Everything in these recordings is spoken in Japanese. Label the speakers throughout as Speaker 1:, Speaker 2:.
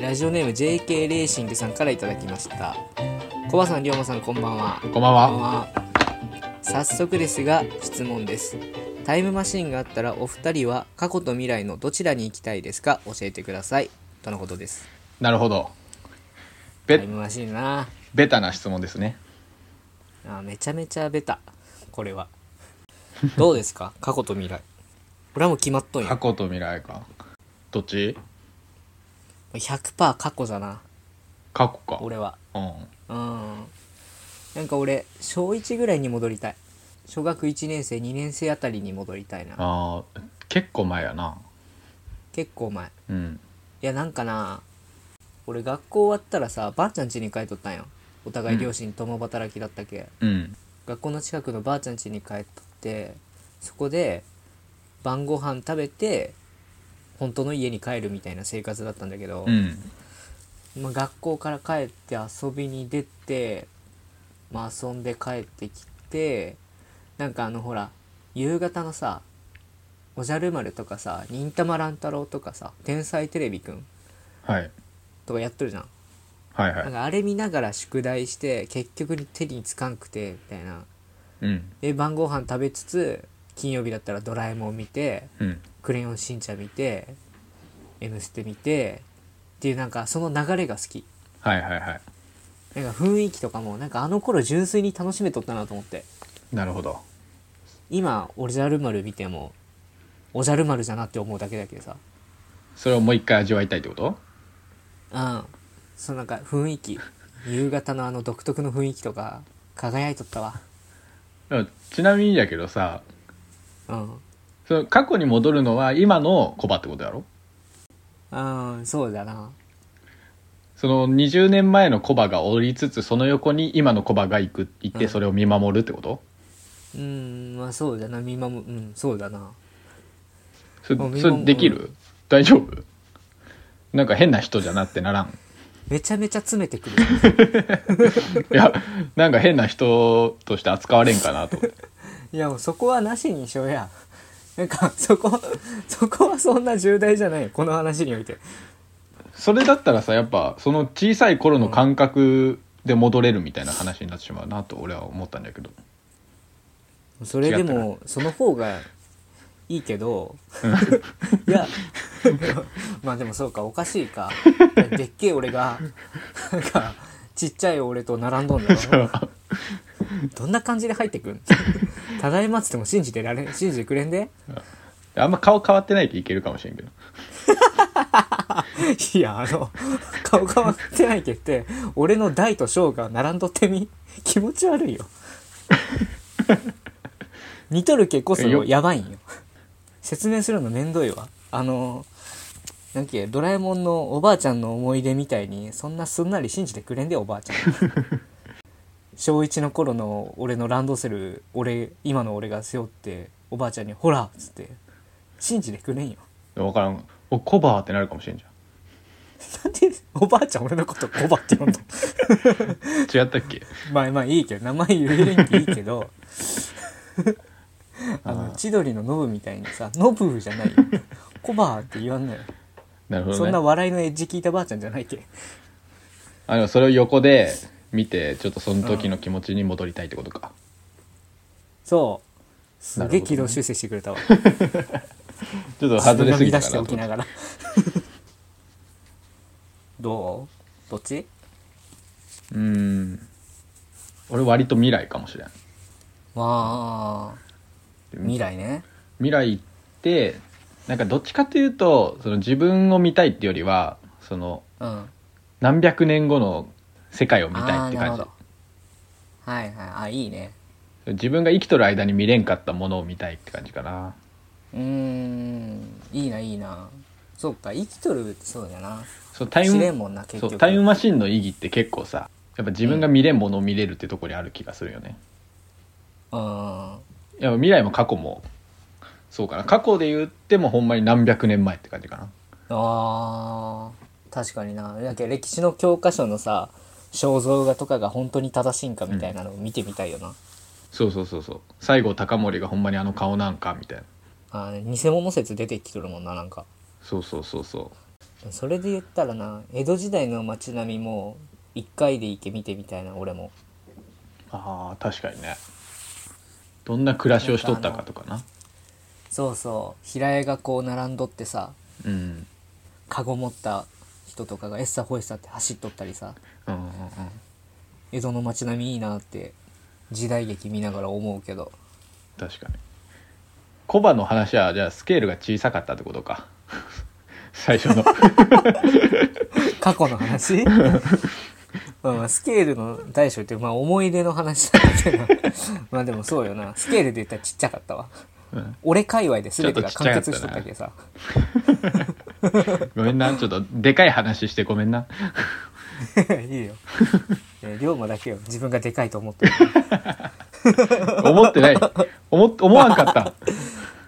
Speaker 1: ラジオネーム JK レーシングさんからいただきましたコバさん龍馬さんこんばんは
Speaker 2: こんばん
Speaker 1: こんばん
Speaker 2: は。
Speaker 1: は早速ですが質問ですタイムマシンがあったらお二人は過去と未来のどちらに行きたいですか教えてくださいとのことです
Speaker 2: なるほど。
Speaker 1: タ
Speaker 2: べ
Speaker 1: イムマシンな
Speaker 2: ベタな質問ですね。
Speaker 1: あめちゃめちゃベタこれはどうですか過去と未来俺はもう決まっとん
Speaker 2: 過
Speaker 1: よ
Speaker 2: 去と未来か。どっち
Speaker 1: 100%過去だな
Speaker 2: 過去か。
Speaker 1: 俺は
Speaker 2: うん。
Speaker 1: うんなんか俺小1ぐらいに戻りたい小学1年生2年生あたりに戻りたいな
Speaker 2: ああ、結構前やな。
Speaker 1: 結構前
Speaker 2: うん。
Speaker 1: いやなんかな俺学校終わったらさばあちゃん家に帰っとったんよお互い両親共働きだったけ、
Speaker 2: うん。
Speaker 1: 学校の近くのばあちゃん家に帰っとってそこで晩ご飯食べて本当の家に帰るみたいな生活だったんだけど、
Speaker 2: うん。
Speaker 1: まあ、学校から帰って遊びに出て、まあ、遊んで帰ってきてなんかあのほら夕方のさ「おじゃる丸」とかさ「忍たま乱太郎」とかさ「天才テレビくん
Speaker 2: はい。」
Speaker 1: とかやっとるじゃん。
Speaker 2: はい
Speaker 1: なん
Speaker 2: は。
Speaker 1: かあれ見ながら宿題して結局手につかんくてみたいない
Speaker 2: うん。
Speaker 1: で晩ご飯食べつつ金曜日だったら「ドラえもん」見て
Speaker 2: うん。
Speaker 1: 「クレヨンしんちゃん」見て「M ステ」見てっていうなんかその流れが好き
Speaker 2: はいはいはい。
Speaker 1: なんか雰囲気とかもなんかあの頃純粋に楽しめとったなと思って
Speaker 2: なるほど。
Speaker 1: 今「おじゃる丸」見ても「おじゃる丸」じゃなって思うだけだけどさ
Speaker 2: それをもう一回味わいたいってこと
Speaker 1: うんそのなんか雰囲気夕方のあの独特の雰囲気とか輝いとったわ
Speaker 2: でもちなみにやけどさ、
Speaker 1: うん
Speaker 2: その過去に戻るのは今のコバってことやろ
Speaker 1: うんそうだな
Speaker 2: その20年前のコバがおりつつその横に今のコバが行く行っ
Speaker 1: う
Speaker 2: て
Speaker 1: ん
Speaker 2: それを見守るってこと、
Speaker 1: うんまあそうだな見守うんそうだな
Speaker 2: そ
Speaker 1: あ見
Speaker 2: そ
Speaker 1: 守
Speaker 2: れできる大丈夫なんか変な人じゃなってならん
Speaker 1: めちゃめちゃ詰めてくる
Speaker 2: いやなんか変な人として扱われんかなと思って
Speaker 1: いやもうそこはなしにしようやなんかそこそこはそんな重大じゃないよこの話において
Speaker 2: それだったらさやっぱその小さい頃の感覚で戻れるみたいな話になってしまうなと俺は思ったんだけど
Speaker 1: それで
Speaker 2: 違
Speaker 1: もその方がいいけど いやまあでもそうかおかしいかでっけえ俺がなんかちっちゃい俺と並んどんだろどんな感じで入ってくん ただいまっつっても信じてられん信じてくれんで
Speaker 2: あんま顔変わってないといけるかもしれんけど
Speaker 1: いやあの顔変わってないけって俺の大と小が並んどってみ 気持ち悪いよ似とるけこそ
Speaker 2: よ
Speaker 1: やばいんよ説明するのめんどいわあのなんけドラえもんのおばあちゃんの思い出みたいにそんなすんなり信じてくれんでおばあちゃん小1の頃の俺のランドセル俺今の俺が背負っておばあちゃんに「ほら」っつって信じてくれんよ
Speaker 2: 分からん「おコバ」ってなるかもしれんじゃ
Speaker 1: なんでおばあちゃん俺のことコバって呼んだ
Speaker 2: ん違ったっけ
Speaker 1: まあまあいいけど名前言えるんきいいけど あの千鳥のノブみたいにさ「ノブ」じゃないよ「コバー」って言わんのよ
Speaker 2: なるほど、ね、
Speaker 1: そんな笑いのエッジ聞いたばあちゃんじゃないけ
Speaker 2: あでもそれを横で見てちょっとその時の気持ちに戻りたいってことか、
Speaker 1: そうすげえ軌
Speaker 2: な
Speaker 1: 道
Speaker 2: るほどね
Speaker 1: 修正してくれたわ
Speaker 2: ちょっと外れすぎ
Speaker 1: 出
Speaker 2: た
Speaker 1: して
Speaker 2: かな
Speaker 1: お
Speaker 2: と
Speaker 1: き
Speaker 2: 思
Speaker 1: な
Speaker 2: っ
Speaker 1: がらどうどっち
Speaker 2: てうん俺割と未来かもしれん
Speaker 1: まあ未来ね
Speaker 2: 未来ってなんかどっちかというとその自分を見たいってよりはその
Speaker 1: うん
Speaker 2: 何百年後の世界を見
Speaker 1: あ
Speaker 2: たい
Speaker 1: あ
Speaker 2: って
Speaker 1: なる
Speaker 2: 感
Speaker 1: ほ
Speaker 2: じ
Speaker 1: どはいはいあいいね
Speaker 2: 自分が生きとる間に見れんかったものを見たいって感じかな
Speaker 1: うーんいいないいなそうか生きとるってそうだな
Speaker 2: そうタイ
Speaker 1: 知れん
Speaker 2: ム
Speaker 1: もんな結
Speaker 2: そう
Speaker 1: 局
Speaker 2: タイムマシンの意義って結構さやっぱ自分が見れんものを見れるってとこにある気がするよね、
Speaker 1: うん
Speaker 2: いや未来も過去もそうかな過去で言ってもほんまに何百年前って感じかな
Speaker 1: あー確かになだけど歴史の教科書のさ肖像画とかが本当に正しいんかみたいなのを見てみたいよな、
Speaker 2: そうそうそうそう西郷隆盛がほんまにあの顔なんかみたいな
Speaker 1: あー偽物説出てきてるもんななんか
Speaker 2: そうそうそうそ
Speaker 1: それで言ったらな江戸時代の街並みも一回で行け見てみたいな俺も
Speaker 2: あー確かにねどんな暮らしをしとったかとかな
Speaker 1: そうそう平屋がこう並んどってさ
Speaker 2: うん
Speaker 1: カゴ持った人とかがエッサホエッサって走っとったりさ
Speaker 2: うんうんうん
Speaker 1: 江戸の街並みいいなって時代劇見ながら思うけど
Speaker 2: 確かにコバの話はじゃあスケールが小さかったってことか 最初の
Speaker 1: 過去の 話まあまあスケールの大小ってまあ思い出の話だけどまあでもそうよなスケールで言ったらちっちゃかったわ
Speaker 2: うん
Speaker 1: 俺界隈で全てが完結しとったけどさ
Speaker 2: ごめんなちょっとでかい話してごめんな
Speaker 1: いいよえ龍馬だけよ自分がでかいと思ってる
Speaker 2: 思ってない思思わんかった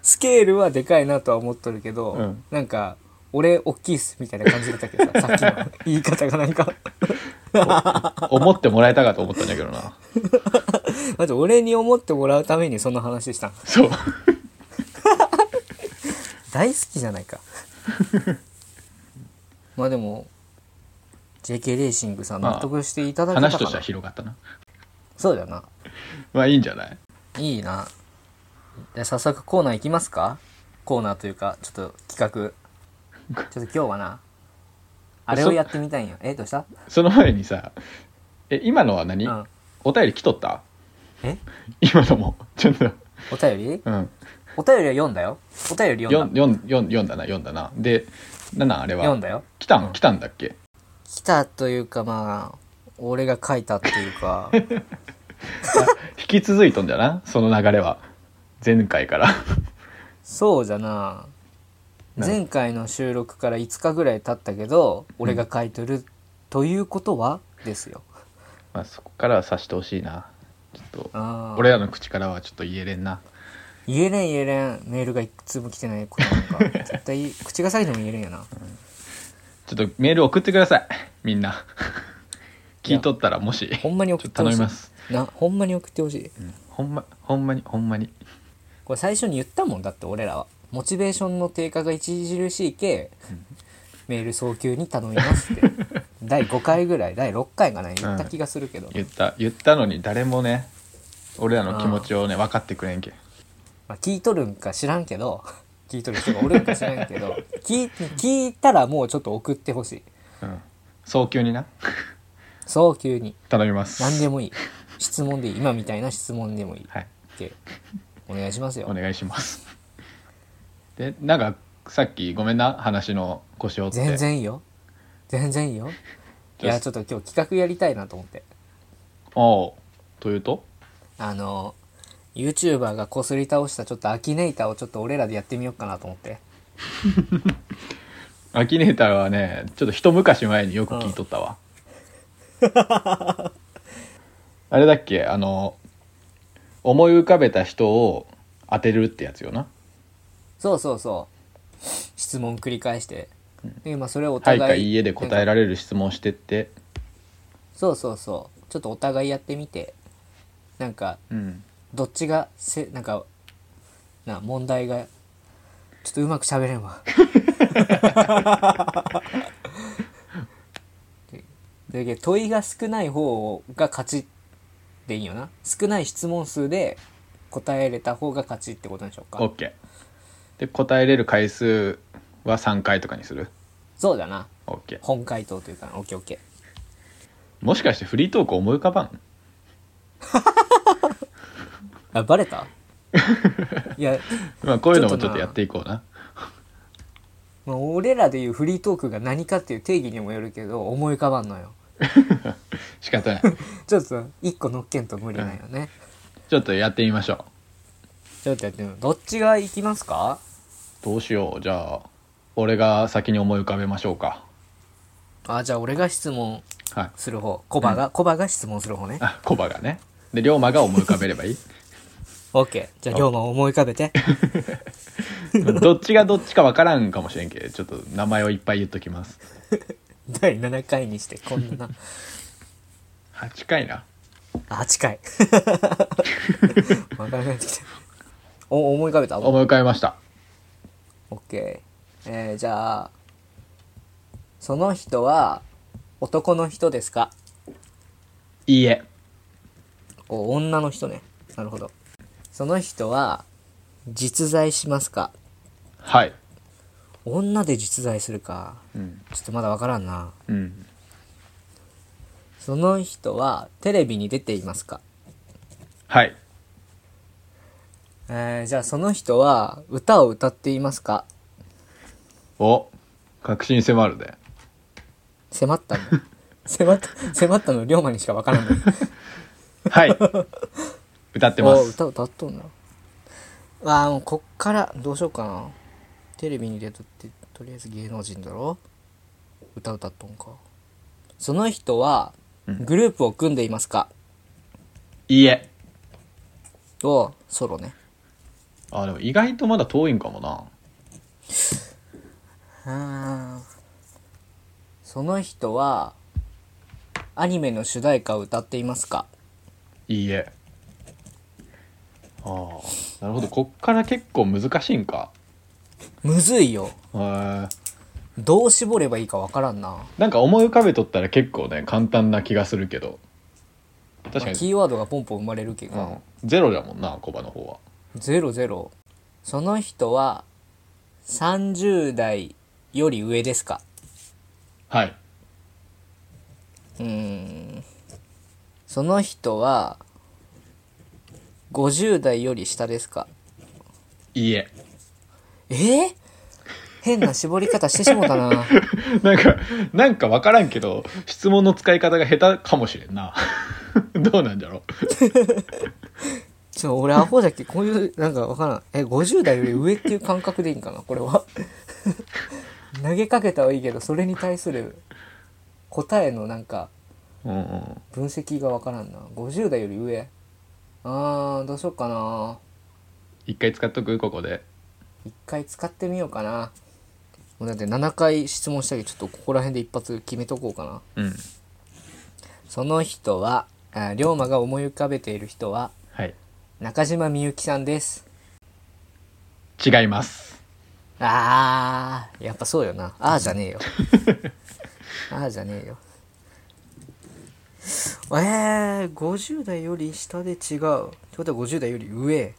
Speaker 1: スケールはでかいなとは思っとるけど、
Speaker 2: うん
Speaker 1: なんか俺大きいっすみたいな感じだったけどささっきの言い方がなんか
Speaker 2: 思ってもらえたかと思ったんだけどな
Speaker 1: まず俺に思ってもらうためにその話したん
Speaker 2: そう
Speaker 1: 大好きじゃない かまあでも JK レーシングさん
Speaker 2: まあ
Speaker 1: 納得していただけたかな、
Speaker 2: 話としては広がったな
Speaker 1: そうだな
Speaker 2: まあいいんじゃない
Speaker 1: いいなじゃあ早速コーナー行きますかコーナーというかちょっと企画ちょっと今日はなあれをやってみたいんよえどうした
Speaker 2: その前にさえ今のは何、
Speaker 1: うん
Speaker 2: お便り来とった
Speaker 1: え
Speaker 2: 今のもちょっと
Speaker 1: お便り
Speaker 2: うん
Speaker 1: お便りは読んだよお便り
Speaker 2: 読
Speaker 1: 読ん
Speaker 2: ん
Speaker 1: だ
Speaker 2: 読ん読ん読んだな読んだなでなんなんあれは
Speaker 1: 読んだよ
Speaker 2: 来たん来たんだっけ
Speaker 1: 来たというかまあ俺が書いたっていうか
Speaker 2: 引き続いとんじゃなその流れは前 回から
Speaker 1: そうじゃな
Speaker 2: 何
Speaker 1: 前回の収録から5日ぐらい経ったけど俺が書いてる、ということはですよ
Speaker 2: まあそこからは察してほしいなちょっと
Speaker 1: あー
Speaker 2: 俺らの口からはちょっと言えれんな
Speaker 1: 言えれん言えれんメールが一通も来てないことなん か絶対口が裂いても言えれんやな
Speaker 2: ちょっとメール送ってくださいみんな聞いとったらもし
Speaker 1: ほんまに送ってほ
Speaker 2: ちょっと頼
Speaker 1: し
Speaker 2: み
Speaker 1: い
Speaker 2: ます
Speaker 1: なほんまに送ってほしい
Speaker 2: ほんまほんまにほんまに
Speaker 1: これ最初に言ったもんだって俺らはモチベーションの低下が著しいけ、メール早急に頼みますって 第5回ぐらい第6回かな言った気がするけど、
Speaker 2: 言った言ったのに誰もね俺らの気持ちをね分かってくれんけ
Speaker 1: まあ、聞いとるんか知らんけど 聞いとる人がおるんか知らんけど 聞い聞いたらもうちょっと送ってほしい
Speaker 2: うん早急にな
Speaker 1: 早急に
Speaker 2: 頼みます
Speaker 1: 何で
Speaker 2: も
Speaker 1: もいい質問でいい今みたいな質問でもいいっ
Speaker 2: はい
Speaker 1: てお願いしますよ
Speaker 2: お願いします でなんかさっきごめんな話の腰折って
Speaker 1: 全然いいよ全然いいよい
Speaker 2: じゃあ
Speaker 1: やちょっと今日企画やりたいなと思って
Speaker 2: おうというと
Speaker 1: あの YouTuber がこすり倒したちょっとアキネイターをちょっと俺らでやってみようかなと思って
Speaker 2: アキネーターはねちょっと一昔前によく聞いとった わ、あれだっけあの思い浮かべた人を当てるってやつよな
Speaker 1: そうそうそう質問繰り返してで、まあ、それをお
Speaker 2: は
Speaker 1: 互
Speaker 2: い
Speaker 1: い、
Speaker 2: かいいえで答え
Speaker 1: なんから
Speaker 2: れる質問してって
Speaker 1: そうそうそうちょっとお互いやってみてなんか
Speaker 2: うん
Speaker 1: どっちがせなんかな問題がちょっとうまく喋れんわでで問いが少ない方が勝ちでいいよな少ない質問数で答えれた方が勝ちってことでしょうか
Speaker 2: OK で答えれる回数は3回とかにする
Speaker 1: そうだな
Speaker 2: OK
Speaker 1: 本回答というかオッケーオッケー
Speaker 2: もしかしてフリートーク思い浮かばん
Speaker 1: あバレたいや、
Speaker 2: まあこういうのも
Speaker 1: ち
Speaker 2: ち
Speaker 1: ょ
Speaker 2: ょ
Speaker 1: っとな
Speaker 2: っとやっていこうな
Speaker 1: まあ、俺らでいうフリートークが何かっていう定義にもよるけど思い浮かばんのよ
Speaker 2: 仕方ない
Speaker 1: ちょっと一個乗っけんと無理なんよね、
Speaker 2: ちょっとやってみましょ
Speaker 1: ちょっとやってみようどっちが行きますか
Speaker 2: うどうしようじゃあ俺が先に思い浮かべましょうか
Speaker 1: あ、じゃあ俺が質問
Speaker 2: はい
Speaker 1: する方。コバが、コバが質問する方ね。
Speaker 2: あコバがねで龍馬が思い浮かべればいい
Speaker 1: オッケー。じゃあ龍馬を思い浮かべ て。
Speaker 2: どっちがどっちかわからんかもしれんけどちょっと名前をいっぱい言っときます
Speaker 1: 第7回にして、こ んなな。
Speaker 2: 8回な
Speaker 1: あ、8回。わからなくなってきた。お、思い浮かべたオ
Speaker 2: 思い浮かべました
Speaker 1: ッケー。えー、じゃあ、その人は男の人ですか
Speaker 2: いいえ
Speaker 1: お女の人ねなるほどその人は実在しますか
Speaker 2: はい
Speaker 1: 女で実在するか
Speaker 2: うん
Speaker 1: ちょっとまだわからんな
Speaker 2: うん
Speaker 1: その人はテレビに出ていますか
Speaker 2: はい
Speaker 1: えー、じゃあその人は歌を歌っていますか
Speaker 2: お確信迫るで
Speaker 1: 迫ったの迫った迫ったの龍馬にしかわからんの
Speaker 2: はい歌ってま
Speaker 1: お
Speaker 2: す
Speaker 1: 歌歌っとんなわあもうこっからどうしようかなテレビに出とってとりあえず芸能人だろ歌歌っとんかその人は
Speaker 2: うん
Speaker 1: グループを組んでいますか、
Speaker 2: いいえ
Speaker 1: とソロね
Speaker 2: あでも意外とまだ遠いんかもな
Speaker 1: あーその人はアニメの主題歌を歌っていますか
Speaker 2: いいえああなるほどこっから結構難しいんか
Speaker 1: むずいよ
Speaker 2: へえ
Speaker 1: どう絞ればいいかわからんな
Speaker 2: なんか思い浮かべとったら結構ね簡単な気がするけど確
Speaker 1: ま
Speaker 2: か
Speaker 1: あ
Speaker 2: に、
Speaker 1: キーワードがポンポン生まれるけど、
Speaker 2: うん、ゼロだもんなコバの方は
Speaker 1: ゼロゼロその人は30代より上ですか
Speaker 2: はい。
Speaker 1: うーんその人は50代より下ですか
Speaker 2: いいえ。
Speaker 1: えー変な絞り方してしもたな
Speaker 2: なんか、なんかわからんけど、質問の使い方が下手かもしれん な。どうなんだろ
Speaker 1: ちょ俺アホじゃっけこういうなんかわからんえ50代より上っていう感覚でいいんかなこれは 投げかけたはいいけどそれに対する答えのなんか
Speaker 2: う。うんうん。
Speaker 1: 分析がわからんな50代より上あーどうしようかな
Speaker 2: 一回使っとくここで。
Speaker 1: 一回使ってみようかなもうだって7回質問したけどちょっとここら辺で一発決めとこうかな
Speaker 2: うん。
Speaker 1: その人はあー龍馬が思い浮かべている人は
Speaker 2: はい。
Speaker 1: 中島みゆきさんです
Speaker 2: 違います。
Speaker 1: あーやっぱそうよなあーじゃ ねえよあーじゃねえよえー、50代より下で違うってことは50代より上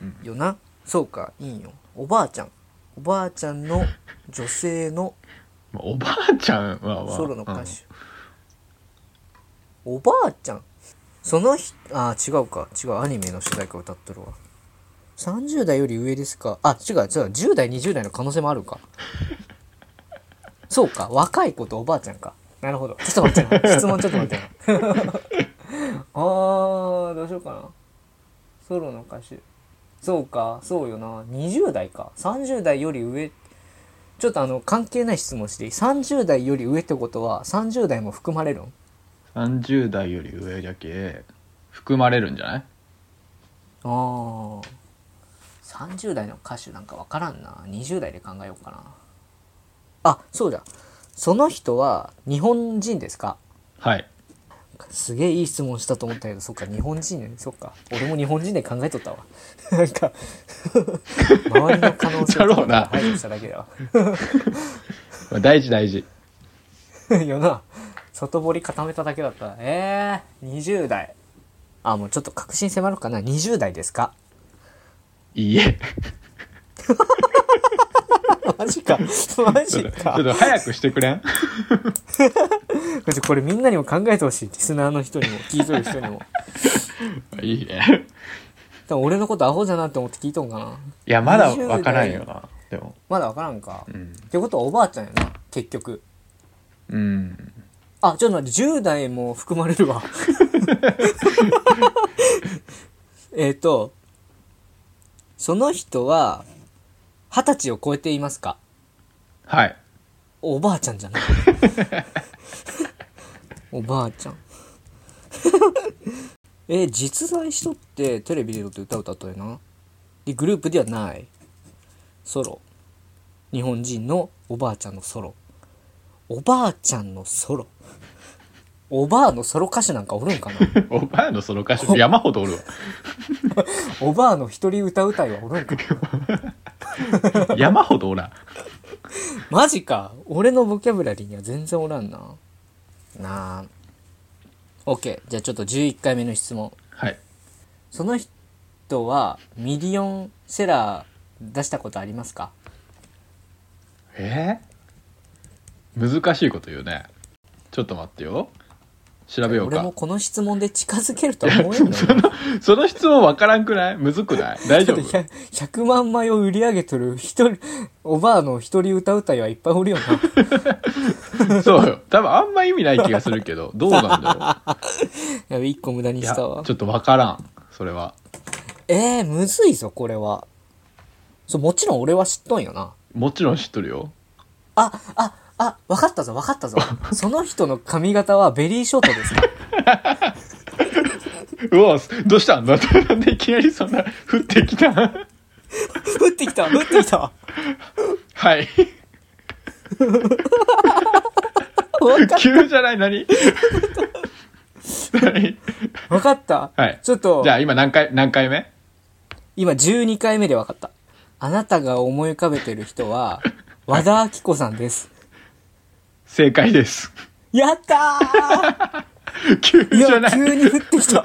Speaker 2: うん
Speaker 1: よなそうかいいよおばあちゃんおばあちゃんの女性の
Speaker 2: まあおばあちゃんは、まあ、
Speaker 1: ソロの歌手、おばあちゃんその人あー違うか違うアニメの主題歌歌っとるわ30代より上ですかあ違う違う10代20代の可能性もあるかそうか若い子とおばあちゃんかなるほどちょっと待ってな質問ちょっと待ってな あーどうしようかなソロの歌手そうかそうよな20代か30代より上ちょっとあの関係ない質問していい30代より上ってことは30代も含まれるん
Speaker 2: うん。30代より上じゃけ、含まれるんじゃない
Speaker 1: ああ30代の歌手なんか分からんな20代で考えようかなあそうだその人は日本人ですか
Speaker 2: はい。
Speaker 1: すげえいい質問したと思ったけどそっか日本人ねそっか俺も日本人で考えとったわなんか周りの可能性
Speaker 2: だ
Speaker 1: と
Speaker 2: ろう
Speaker 1: か
Speaker 2: な
Speaker 1: 配慮しただけだわ
Speaker 2: まあ、大事大事。
Speaker 1: よな外堀固めただけだったええー、20代あもうちょっと確信迫るかな20代ですか
Speaker 2: いいえ。
Speaker 1: マジかマ
Speaker 2: ち
Speaker 1: ジ
Speaker 2: ょっとち
Speaker 1: か
Speaker 2: ょっと早くしてくれん
Speaker 1: だってこれみんなにも考えてほしいリスナーの人にも聞いとる人 にも
Speaker 2: いい ね。
Speaker 1: 多分俺のことアホじゃなって思って聞いとんかない
Speaker 2: や、まだわからんよな。でも。
Speaker 1: まだ分からんか、
Speaker 2: う
Speaker 1: っ
Speaker 2: ん。
Speaker 1: てことはおばあちゃんやな結局
Speaker 2: うん。
Speaker 1: あちょっと待って10代も含まれるわ えっとその人は二十歳を超えていますか
Speaker 2: はい。
Speaker 1: おばあちゃんじゃないおばあちゃん え実在しとってテレビでとって歌歌ったよなでグループではないソロ日本人のおばあちゃんのソロおばあちゃんのソロおばあのソロ歌手なんかおるんかな
Speaker 2: おばあのその歌手山ほどおるわ。
Speaker 1: おばあの一人歌うたいはおるんか
Speaker 2: 山ほどおらん。
Speaker 1: マジか俺のボキャブラリーには全然おらんななあ OK じゃあちょっと11回目の質問
Speaker 2: はい
Speaker 1: その人はミリオンセラー出したことありますか
Speaker 2: えー難しいこと言うねちょっと待ってよ調べよう
Speaker 1: 俺も
Speaker 2: か
Speaker 1: この質問で近づけるとは思え んのよ
Speaker 2: その質問分からんくないむずくない大丈夫
Speaker 1: だって100 100万枚を売り上げとる一人おばあの一人歌うたいはいっぱい おるよな
Speaker 2: そうよ多分あんま意味ない気がするけどどうなんだろ
Speaker 1: やべ一個無駄に
Speaker 2: うい
Speaker 1: し
Speaker 2: やち
Speaker 1: た
Speaker 2: ょ
Speaker 1: わ
Speaker 2: っと分からんそれは
Speaker 1: えー、むずいぞこれはそうもちろん俺は知っとんよな
Speaker 2: もちろん知っとるよ
Speaker 1: あああ分かったぞ分か ったぞその人の髪型はベリーショートですか
Speaker 2: うわどうしたんだってなんでいきなりそんな降ってきた
Speaker 1: 降ってきた降ってきた
Speaker 2: はい
Speaker 1: 分かっ
Speaker 2: 急じゃない何何
Speaker 1: 分かった、
Speaker 2: はい
Speaker 1: ちょっと
Speaker 2: じゃあ今何回何回目
Speaker 1: 今12回目で分かったあなたが思い浮かべてる人 は和田アキ子さんです
Speaker 2: 正解です
Speaker 1: やった
Speaker 2: 急
Speaker 1: ーい
Speaker 2: じゃ
Speaker 1: や
Speaker 2: ない
Speaker 1: 急に降ってきた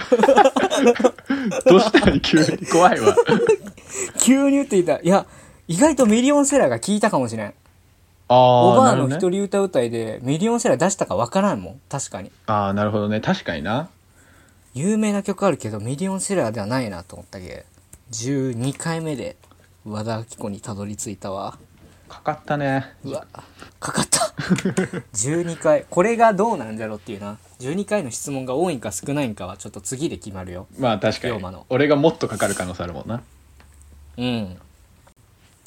Speaker 2: どうしたの急に怖いわ
Speaker 1: 急に降ってきたいや意外とミリオンセラーが効いたかもしれん
Speaker 2: あ
Speaker 1: おばあ
Speaker 2: ーなる
Speaker 1: の
Speaker 2: ほどね
Speaker 1: 一人歌うたいでミリオンセラー出したか分からんもん確かに
Speaker 2: ああなるほどね確かにな
Speaker 1: 有名な曲あるけどミリオンセラーではないなと思ったけ12回目で和田アキ子にたどり着いたわ
Speaker 2: かかったね
Speaker 1: うわかかった 12回これがどうなんじゃろうっていうな12回の質問が多いんか少ないんかはちょっと次で決まるよ
Speaker 2: まあ確か
Speaker 1: 龍
Speaker 2: に
Speaker 1: 馬の
Speaker 2: 俺がもっとかかる可能性あるもんな
Speaker 1: うん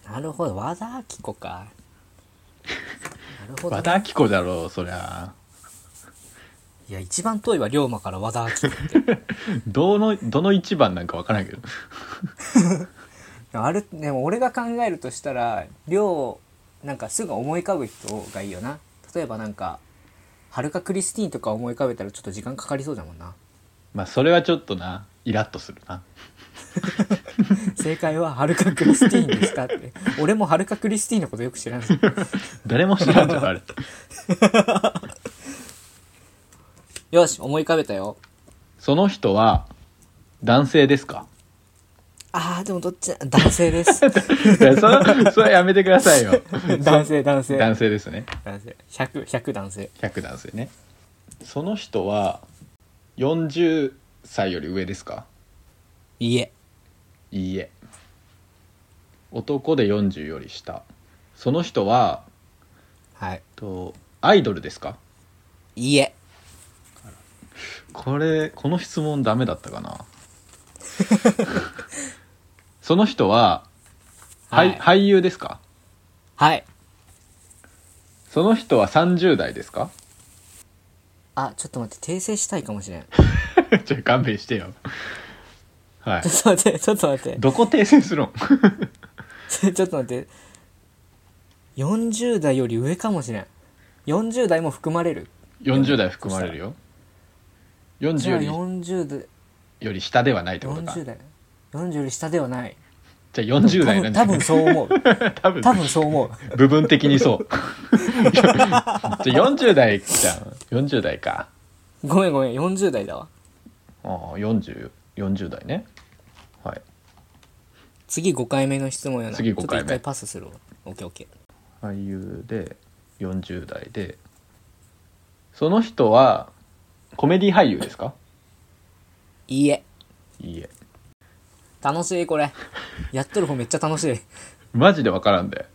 Speaker 1: なるほど和田アキ子かなるほど
Speaker 2: 和田アキ子だろうそりゃ
Speaker 1: いや一番遠いは龍馬から和田アキ子
Speaker 2: どのどの一番なんかわからんけど
Speaker 1: あるでも俺が考えるとしたら量なんかすぐ思い浮かぶ人がいいよな例えばなんかはるかクリスティーンとか思い浮かべたらちょっと時間かかりそうだもんな
Speaker 2: まあそれはちょっとなイラッとするな
Speaker 1: 正解ははるかクリスティーンでしたって俺もはるかクリスティーンのことよく知らないい
Speaker 2: 誰も知らんじゃんあれ
Speaker 1: よし思い浮かべたよ
Speaker 2: その人は男性ですか
Speaker 1: あーでもどっちだ男性です
Speaker 2: いやそそれはやめてくださいよ
Speaker 1: 男性男性
Speaker 2: 男性ですね
Speaker 1: 男性100 100男性
Speaker 2: 100男性ねその人は40歳より上ですか
Speaker 1: いいえ
Speaker 2: いいえ男で40より下その人は
Speaker 1: はい
Speaker 2: とアイドルですか
Speaker 1: いいえ
Speaker 2: これこの質問ダメだったか なその人は、は
Speaker 1: はい
Speaker 2: い、俳優ですか
Speaker 1: はい
Speaker 2: その人は30代ですか
Speaker 1: あちょっと待って訂正したいかもしれ んち
Speaker 2: ちょ勘弁してよはい
Speaker 1: ょっと待ってちょっと待って
Speaker 2: どこ訂正するん
Speaker 1: ちょちょっと待って40代より上かもしれん40代も含まれる
Speaker 2: 40代含まれるよ40
Speaker 1: じゃあ
Speaker 2: より
Speaker 1: 40代
Speaker 2: より下ではないってことか
Speaker 1: 40代40より下ではない
Speaker 2: じゃあ40代なんだ
Speaker 1: 多分多分そう思う
Speaker 2: 多分
Speaker 1: 多分そう思う
Speaker 2: 部分的にそう じゃあ40代じゃん40代か
Speaker 1: ごめんごめん40代だわ
Speaker 2: ああ 40, 40代ねはい
Speaker 1: 次5回目の質問やな
Speaker 2: 次5回
Speaker 1: ちょ
Speaker 2: 目
Speaker 1: っと一回パスするわ OKOK
Speaker 2: 俳優で40代でその人はコメディ俳優ですか
Speaker 1: いいえ
Speaker 2: いいえ
Speaker 1: 楽しいこれやっとる方めっちゃ楽しい
Speaker 2: マジで分からんで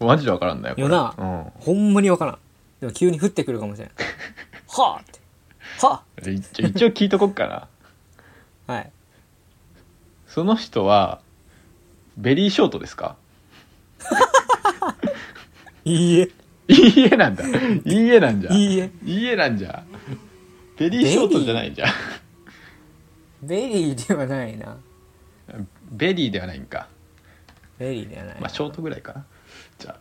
Speaker 2: マジで分からんだよこれ
Speaker 1: よな
Speaker 2: うん
Speaker 1: ほんまにわからんでも急に降ってくるかもしれんはあっては
Speaker 2: 一応一応聞いとこっかな
Speaker 1: あはい
Speaker 2: その人はベリーショートですか
Speaker 1: いいえ
Speaker 2: いいえなんだ。いいえなんじゃ。
Speaker 1: いいえ。
Speaker 2: なんじゃ。ベリーショートじゃないじゃん。
Speaker 1: ベリーではないな
Speaker 2: ベリーではないんか。
Speaker 1: ベリーではない、
Speaker 2: まあ、ショートぐらいかな。じゃ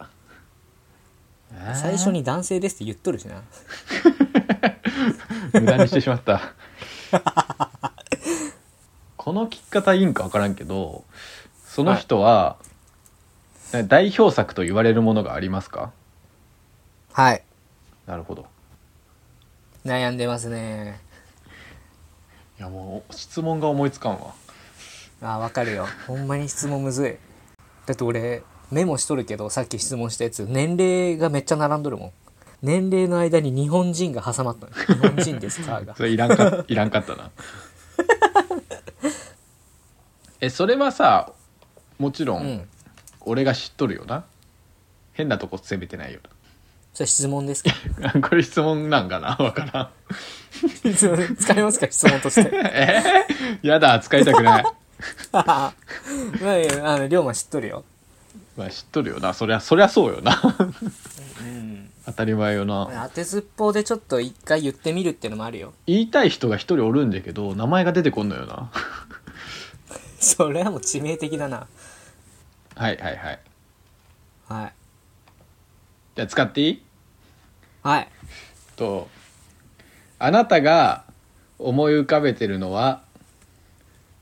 Speaker 2: あ。
Speaker 1: 最初。に男性ですって言っとるしな
Speaker 2: 無駄にしてしまった。この聞き方いいんか分からんけど、その人は、代表作と言われるものがありますか
Speaker 1: はい。
Speaker 2: なるほど
Speaker 1: 悩んでますね。
Speaker 2: いやもう質問が思いつかんわ
Speaker 1: あー、わかるよ。ほんまに質問むずい。だって俺、メモしとるけど、さっき質問したやつ、年齢がめっちゃ並んどるもん。年齢の間に日本人が挟まったの。日本人ですか が
Speaker 2: そ。れいら んかいらんかったなえそれはさもちろ、
Speaker 1: うんん。
Speaker 2: 俺が知っとるよな変なとこ攻めてないよ
Speaker 1: それ質問ですか
Speaker 2: な これ質問なんかなわからん
Speaker 1: すいません 使いますか質問として。
Speaker 2: えー、やだ使いたくない
Speaker 1: まあいや、あの、龍馬知っとるよ。
Speaker 2: まあ知っとるよなそりゃそりゃそうよな
Speaker 1: うん。
Speaker 2: 当たり前よな
Speaker 1: 当てずっぽうでちょっと一回言ってみるってのもあるよ。
Speaker 2: 言いたい人が一人おるんだけど名前が出てこんのよな
Speaker 1: それはもう致命的だな。
Speaker 2: はいはいはい
Speaker 1: はい。
Speaker 2: じゃあ使っていい
Speaker 1: はい。
Speaker 2: とあなたが思い浮かべてるのは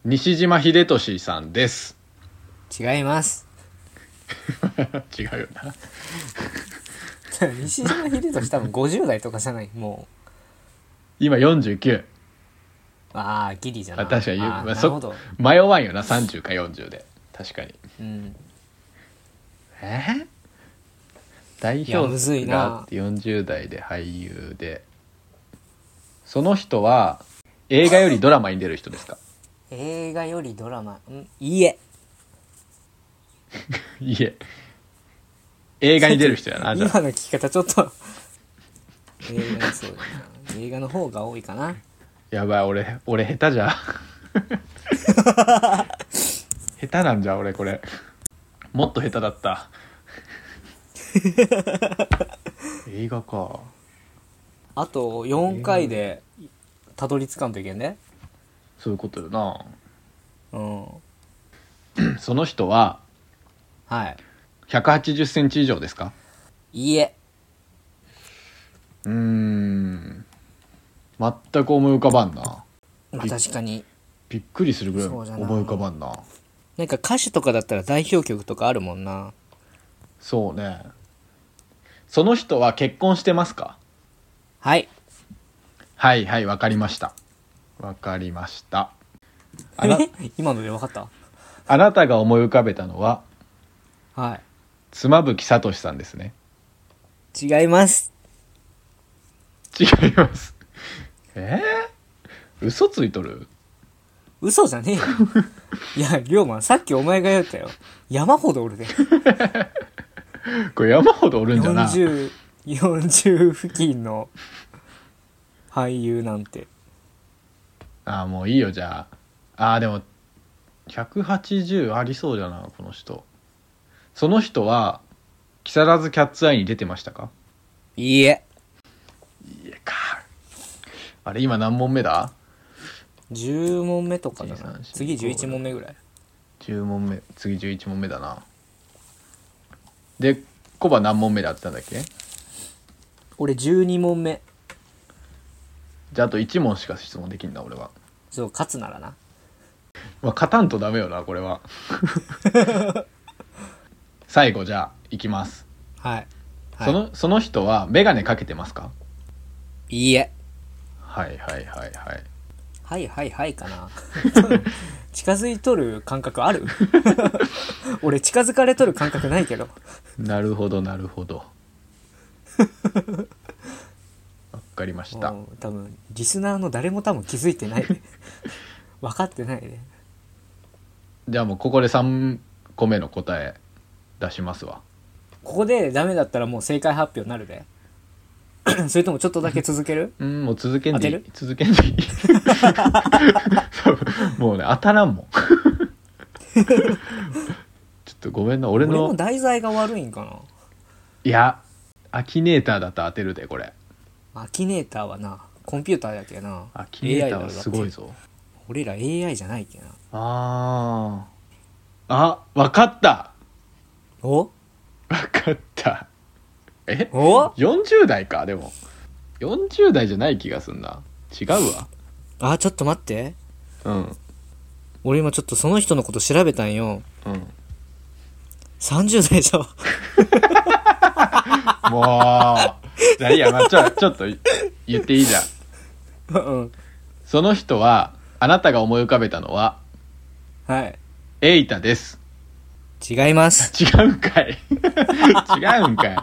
Speaker 2: 西島秀俊さんです
Speaker 1: 違います。
Speaker 2: 違うよな
Speaker 1: 西島秀俊多分50代とかじゃないもう。
Speaker 2: 今49
Speaker 1: ああ、ギリじゃない。
Speaker 2: あ確かに
Speaker 1: あー
Speaker 2: まあ
Speaker 1: な
Speaker 2: そ
Speaker 1: るほど。
Speaker 2: 迷わんよな30か40で確かに
Speaker 1: うん。
Speaker 2: えー代
Speaker 1: いやむ
Speaker 2: 表
Speaker 1: ずい
Speaker 2: 作
Speaker 1: な
Speaker 2: があって40代で俳優でその人は映画よりドラマに出る人 ですか
Speaker 1: 映画よりドラマ。んいいえ。
Speaker 2: いえ映画に出る人やなじゃ
Speaker 1: 今
Speaker 2: あ
Speaker 1: の聞き方ちょっと。映画そうだな。映画の方が多いかな。
Speaker 2: やばい俺俺下手じ ゃん下手なんじゃん俺これもっと下手だった 映画か
Speaker 1: あと4回でたどり着かんといけんね。
Speaker 2: そういうことよな
Speaker 1: うん。
Speaker 2: その人は
Speaker 1: はい。
Speaker 2: 1 8 0センチ以上ですか
Speaker 1: いいえ。
Speaker 2: うーん全く思い浮かばんな
Speaker 1: まあ
Speaker 2: い
Speaker 1: 確かに。
Speaker 2: びっくりするぐらい
Speaker 1: そう
Speaker 2: 思い
Speaker 1: じゃない
Speaker 2: 浮かばんな
Speaker 1: なんか歌手とかだったら代表曲とかあるもんな。
Speaker 2: そうねその人は結婚してますか
Speaker 1: はい。
Speaker 2: はいはいわかりましたわかりましたあな
Speaker 1: え 今ので分かった
Speaker 2: あなたが思い浮かべたのは
Speaker 1: は
Speaker 2: 妻夫木聡さんですね
Speaker 1: い。違います。
Speaker 2: 違いますえー、嘘ついとる
Speaker 1: 嘘じゃ ねえよ。いや、龍馬、さっきお前が言ったよ。山ほどおるで。
Speaker 2: これ山ほどおるんじゃない
Speaker 1: 40、40付近の俳優なんて。
Speaker 2: あーもういいよじゃああーでも180ありそうだなこの人その人は木更津キャッツアイに出てましたか
Speaker 1: いいえ。
Speaker 2: いやかあれ今何問目だ
Speaker 1: 10問目とかだな
Speaker 2: 13。
Speaker 1: 次11問目ぐらい。
Speaker 2: 10問目次11問目だなでコバ何問目であったんだっけ
Speaker 1: 俺12問目。
Speaker 2: じゃああと1問しか質問できんな俺は
Speaker 1: そう、勝つならな。
Speaker 2: まあ勝たんとダメよなこれは 最後じゃあいきます、
Speaker 1: はい。はい、
Speaker 2: そのその人は眼鏡かけてますか
Speaker 1: いいえ。
Speaker 2: はいはいはいはい
Speaker 1: はいはいはいかな。近づいとる感覚 ある俺近づかれとる感覚ないけど。
Speaker 2: なるほどなるほどわかりました
Speaker 1: もう多分、リスナーの誰も多分気づいてないで。分かってないで。
Speaker 2: じゃあもうここで3個目の答え出しますわ
Speaker 1: ここでダメだったらもう正解発表になるで。 それともちょっとだけ続ける
Speaker 2: うんもう続けんでい
Speaker 1: 当
Speaker 2: い
Speaker 1: て
Speaker 2: 続けんでいい そうもうね当たらんもんちょっとごめんな俺
Speaker 1: 俺
Speaker 2: の
Speaker 1: の題材が悪いんか
Speaker 2: いやアキネーターだと当てるでこれ
Speaker 1: なアキネーターはな、コンピューターやけな。
Speaker 2: アキネータ
Speaker 1: AI だ
Speaker 2: ー
Speaker 1: ろだっ
Speaker 2: は
Speaker 1: て
Speaker 2: すごいぞ
Speaker 1: 俺ら AI じゃないけな。
Speaker 2: あーあわかった
Speaker 1: お
Speaker 2: わかったえ
Speaker 1: お
Speaker 2: 40代かでも40代じゃない気がすんな違うわ
Speaker 1: あ、ちょっと待って。
Speaker 2: うん
Speaker 1: 俺今ちょっとその人のこと調べたんよ。
Speaker 2: うん
Speaker 1: 30代じゃん。
Speaker 2: もうじゃあいいや、まあ、ちょ、ちょっとい言っていいじゃん。
Speaker 1: うん
Speaker 2: その人は、あなたが思い浮かべたのは、
Speaker 1: はい
Speaker 2: エイタです。
Speaker 1: 違い ます
Speaker 2: 違うんかい。違うんかい。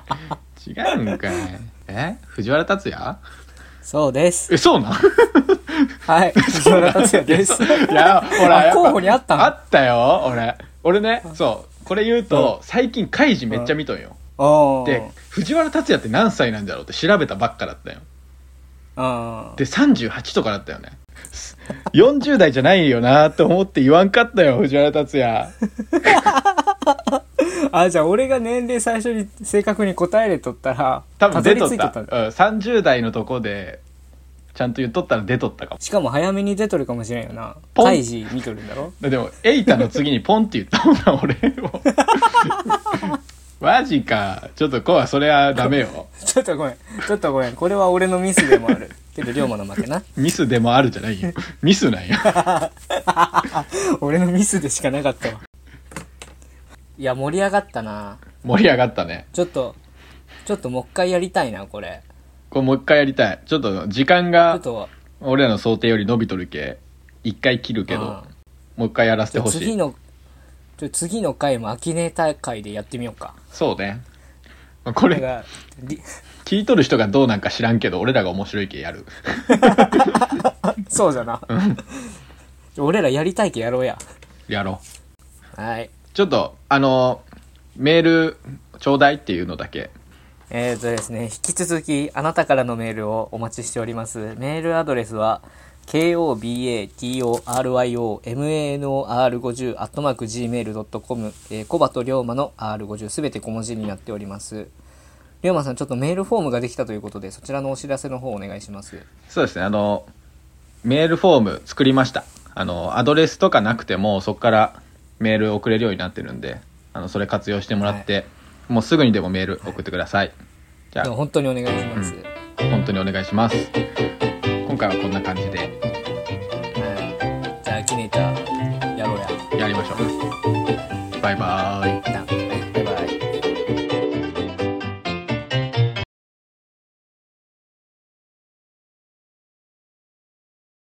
Speaker 2: 違うんかい。え藤原達也
Speaker 1: そうです
Speaker 2: え、そうなん
Speaker 1: はい藤原達也です
Speaker 2: いや、ほら、
Speaker 1: あ
Speaker 2: やっぱ
Speaker 1: 候補にあったの
Speaker 2: あったよ、俺。俺ね、そう。これ言うと、最近、カイジめっちゃ見とんよ。
Speaker 1: おー
Speaker 2: で、藤原達也って何歳なんだろうって調べたばっかだったよ。
Speaker 1: あー
Speaker 2: で、38とかだったよね。40代じゃないよなって思って言わんかったよ、藤原達也。
Speaker 1: あじゃあ俺が年齢最初に正確に答えれとったら
Speaker 2: 多分出
Speaker 1: り
Speaker 2: とっ
Speaker 1: 着い
Speaker 2: た。
Speaker 1: とった
Speaker 2: うんん、
Speaker 1: だ
Speaker 2: 30代のとこで、ちゃんと言っとったら出とったかも。
Speaker 1: しかも早めに出とるかもしれんよな
Speaker 2: ポン
Speaker 1: カイジ見とるんだろ
Speaker 2: でも、エイタの次にポンって言ったもんな、俺も。マジか。ちょっと、こうは、それはダメよ。
Speaker 1: ちょっとごめんちょっとごめんこれは俺のミスでもあるけど龍馬の負 けな
Speaker 2: ミスでもあるじゃないよ。ミスなんよ。
Speaker 1: 俺のミスでしかなかったわいや盛り上がったな
Speaker 2: 盛り上がったね。
Speaker 1: ちょっとちょっともう一回やりたいなこれ
Speaker 2: これもう一回やりたい。ちょっと、時間
Speaker 1: ちょっ
Speaker 2: が、
Speaker 1: と
Speaker 2: 俺らの想定より伸びとるけ。一回切るけ
Speaker 1: うん
Speaker 2: ど、もう一回やらせて
Speaker 1: じゃあ
Speaker 2: ほし
Speaker 1: 次
Speaker 2: い。
Speaker 1: のちょ次の回もアキネーター会でやってみようか
Speaker 2: そうね。まあこ
Speaker 1: だか
Speaker 2: れ、
Speaker 1: らり
Speaker 2: 聞いとる人がどうなんか知らんけど、俺らが面白いけやる。
Speaker 1: そうじゃな 俺らやりたいけやろうや
Speaker 2: やろう。
Speaker 1: はい
Speaker 2: ちょっと、あの、メールちょうだいっていうのだけ。
Speaker 1: えーとですね、引き続きあなたからのメールをお待ちしております。メールアドレスは、kobatoryomanor50 アットマーク gmail.com、えー、コバと龍馬の R50 すべて小文字になっております。龍馬さん、ちょっとメールフォームができたということで、そちらのお知らせの方お願いします。
Speaker 2: そうですね、あの、メールフォーム作りました。あの、アドレスとかなくても、そこからメール送れるようになってるんで、あの、それ活用してもらって、もうすぐにでもメール送ってください。じゃ
Speaker 1: でも
Speaker 2: あ、
Speaker 1: 本当にお願いします。
Speaker 2: うん本当にお願いします。今回はこんな感じで
Speaker 1: 어,はいじゃあ、キネイター、やろうや。
Speaker 2: やりましょう。バイバーイ。
Speaker 1: な